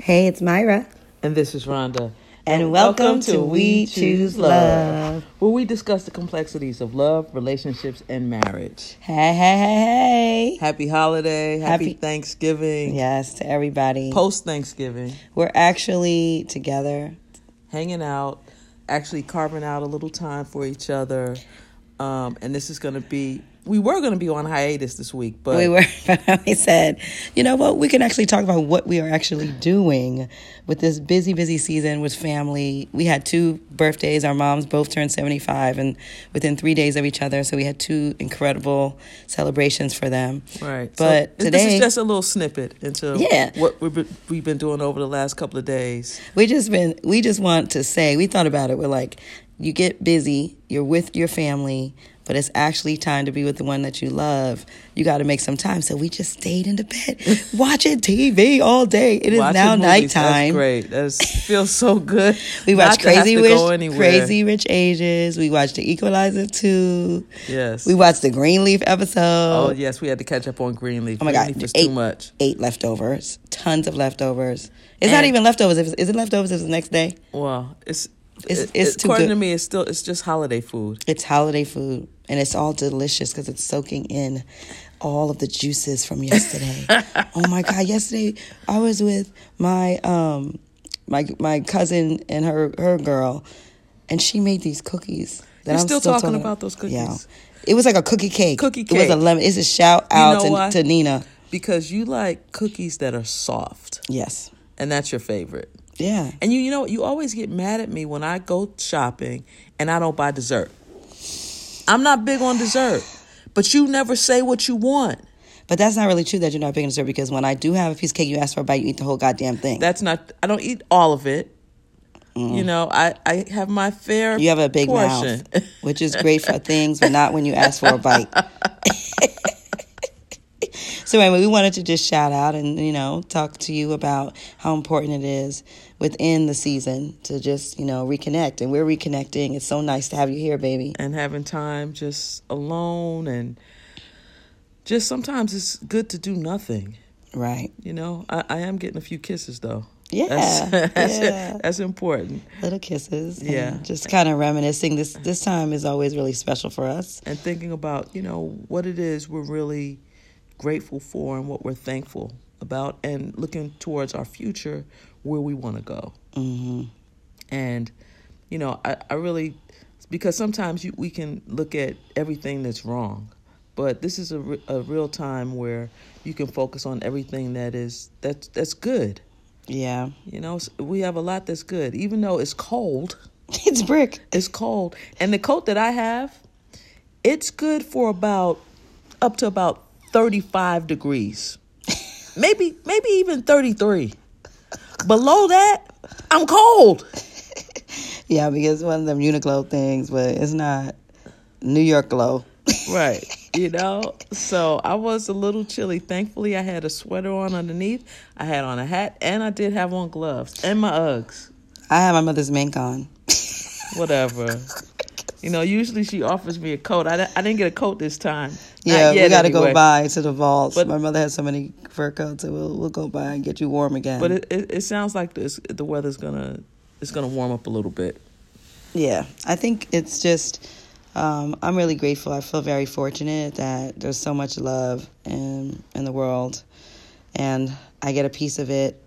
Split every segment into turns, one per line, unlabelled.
Hey, it's Myra.
And this is Rhonda.
And, welcome, to We Choose Love.
where we discuss the complexities of love, relationships, and marriage.
Hey, hey, hey, hey.
Happy holiday. Happy,
Happy-
Thanksgiving.
Yes, to everybody.
Post Thanksgiving.
We're actually together.
Hanging out, actually carving out a little time for each other. Um, and this is going to be, we were going to be on hiatus this week, but
We were, we said, you know what? We can actually talk about what we are actually doing with this busy, busy season with family. We had two birthdays. Our moms both turned 75 and within three days of each other. So we had two incredible celebrations for them.
Right. So
But
this
today,
is just a little snippet into
Yeah.
what we've been, we've been doing over the last couple of days.
we just been we just want to say we thought about it we're like you get busy you're with your family but it's actually time to be with the one that you love you got to make some time so we just stayed in the bed watching tv all day it is
Watching
now
movies, That's
nighttime
great. That feels so good.
we
not
watched
to have
crazy
to go
rich
anywhere.
crazy rich asians we watched the equalizer 2
Yes.
we watched the greenleaf episode
Oh yes, we had to catch up on Greenleaf.
Oh my God,
Greenleaf is
eight,
too much.
eight leftovers, tons of leftovers. It's not
And-
even leftovers. If it's, is it leftovers? If it's the next day,
Well, it's
It's-
it-
it's
it-
too
according
good.
to me, it's still it's just holiday food.
It's holiday food, and it's all delicious because it's soaking in all of the juices from yesterday. oh my god! Yesterday I was with my um my my cousin and her her girl, and she made these cookies. That
You're still talking about those cookies.
Yeah, it was like a cookie cake.
Cookie
It was a
cake.
lemon. It's a shout out
know
to,
why?
to Nina.
Because you like cookies that are soft,
Yes.
and that's your favorite.
Yeah.
And you you know what? you always get mad at me when I go shopping and I don't buy dessert. I'm not big on dessert, but you never say what you want.
But that's not really true that you're not picking dessert because when I do have a piece of cake, you ask for a bite, you eat the whole goddamn thing.
That's not. I don't eat all of it. You know, I I have my fair.
Mm-hmm. You have a big
portion.
mouth, which is great for things, but not when you ask for a bite. so anyway, we wanted to just shout out and you know talk to you about how important it is within the season to just you know reconnect, and we're reconnecting. It's so nice to have you here, baby.
and having time just alone and just sometimes it's good to do nothing
Right?
you know i, I am getting a few kisses though
Yeah,
that's, that's,
yeah.
that's important
Little kisses. and
Yeah.
Just kind of reminiscing. This this time is always really special for us.
and thinking about you know what it is we're really grateful for and what we're thankful about and looking towards our future where we want to go and you know I, I really because sometimes you, we can look at everything that's wrong but this is a, re- a real time where you can focus on everything that is that's that's good
Yeah.
you know S- we have a lot that's good even though it's cold
It's brick.
it's cold and the coat that i have it's good for about up to about 35 degrees maybe maybe even 33 below that i'm cold
Yeah, because one of them Uniqlo things, but it's not New York glow.
Right. You know, so I was a little chilly. Thankfully, I had a sweater on underneath. I had on a hat, and I did have on gloves and my Uggs.
I have my mother's mink on.
Whatever. You know, usually she offers me a coat. I, di- I didn't get a coat this time.
Yeah,
Not yet,
we got to
anyway.
go by to the vaults.
But-
my mother has so many fur coats, so we'll we'll go by and get you warm again.
But it, it, it sounds like this, the weather's gonna it's gonna warm up a little bit.
yeah, I think it's just um, I'm really grateful. I feel very fortunate that there's so much love in in the world, and I get a piece of it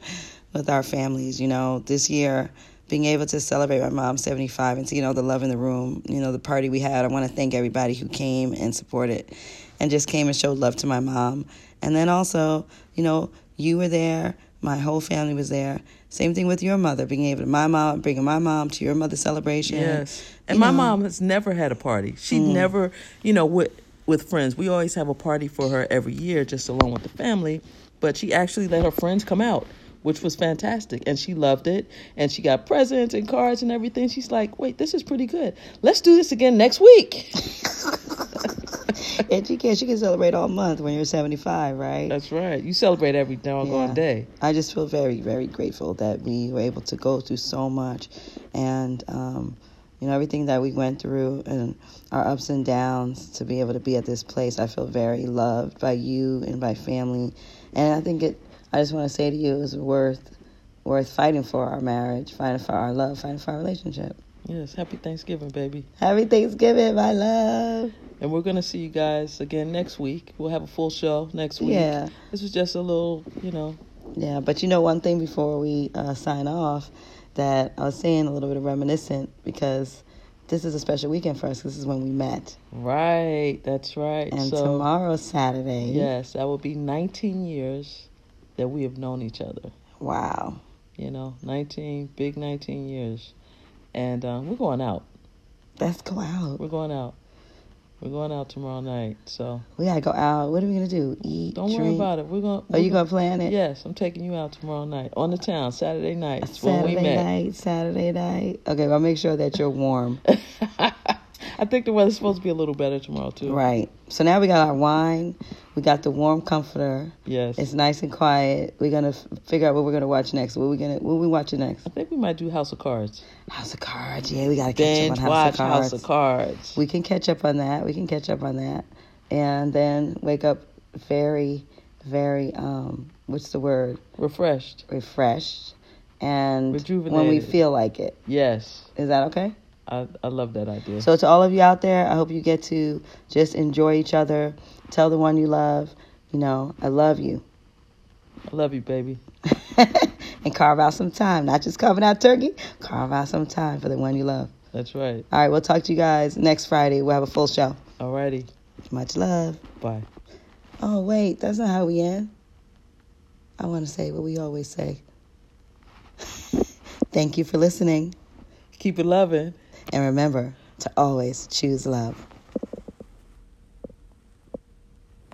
with our families. You know, this year being able to celebrate my mom's 75 and see you know the love in the room, you know the party we had. I want to thank everybody who came and supported, and just came and showed love to my mom. And then also, you know, you were there. My whole family was there. Same thing with your mother, being able to my mom, bringing my mom to your mother's celebration.
Yes. And
You
my
know, Mm.
mom has never had a party. She never, you know, with with friends. We always have a party for her every year, just along with the family. But she actually let her friends come out, which was fantastic, and she loved it. And she got presents and cards and everything. She's like, "Wait, this is pretty good. Let's do this again next week."
and you can. She can celebrate all month when you're 75, right?
That's right. You celebrate every doggone
Yeah.
day.
I just feel very, very grateful that we were able to go through so much, and um, you know everything that we went through and our ups and downs to be able to be at this place. I feel very loved by you and by family, and I think it. I just want to say to you, it was worth worth fighting for our marriage, fighting for our love, fighting for our relationship.
Yes. Happy Thanksgiving, baby.
Happy Thanksgiving, my love.
And we're gonna see you guys again next week. We'll have a full show next week.
Yeah.
This was just a little, you know.
Yeah, but you know one thing before we uh, sign off that I was saying a little bit of reminiscent because this is a special weekend for us. This is when we met,
Right. That's right.
and
so
tomorrow's Saturday.
yes, that will be 19 years that we have known each other.
Wow.
You know, 19 big 19 years, and um, we're going out.
Let's go out.
We're going out. We're going out tomorrow night. So
We gotta go out. What are we gonna do? Eat.
don't
drink?
worry about it. We're going.
Are you gonna plan it?
Yes, I'm taking you out tomorrow night on the town Saturday night. It's when we
Saturday
met.
night. Saturday night. Okay. Well, make sure that you're warm.
I think the weather's supposed to be a little better tomorrow too.
right. So now we got our wine. We got the warm comforter.
Yes.
It's nice and quiet. We're gonna f- figure out what we're gonna watch next. What we gonna? What we watching next?
I think we might do House of Cards.
House of Cards. Yeah, we gotta catch up
Binge
on House
watch
of Cards.
House of Cards.
We can catch up on that. We can catch up on that, and then wake up very, very um, what's the word?
Refreshed.
Refreshed, and when we
Rejuvenated.
feel like it.
Yes.
Is that okay?
I, I love that idea.
So to all of you out there, I hope you get to just enjoy each other. Tell the one you love, you know, I love you.
I love you, baby.
and carve out some time, not just carving out turkey, carve out some time for the one you love.
That's right.
All right, we'll talk to you guys next Friday. We'll have a full show.
Alrighty.
Much love.
Bye.
Oh, wait, that's not how we end. I want to say what we always say. Thank you for listening,
Keep it loving.
and remember to always choose love.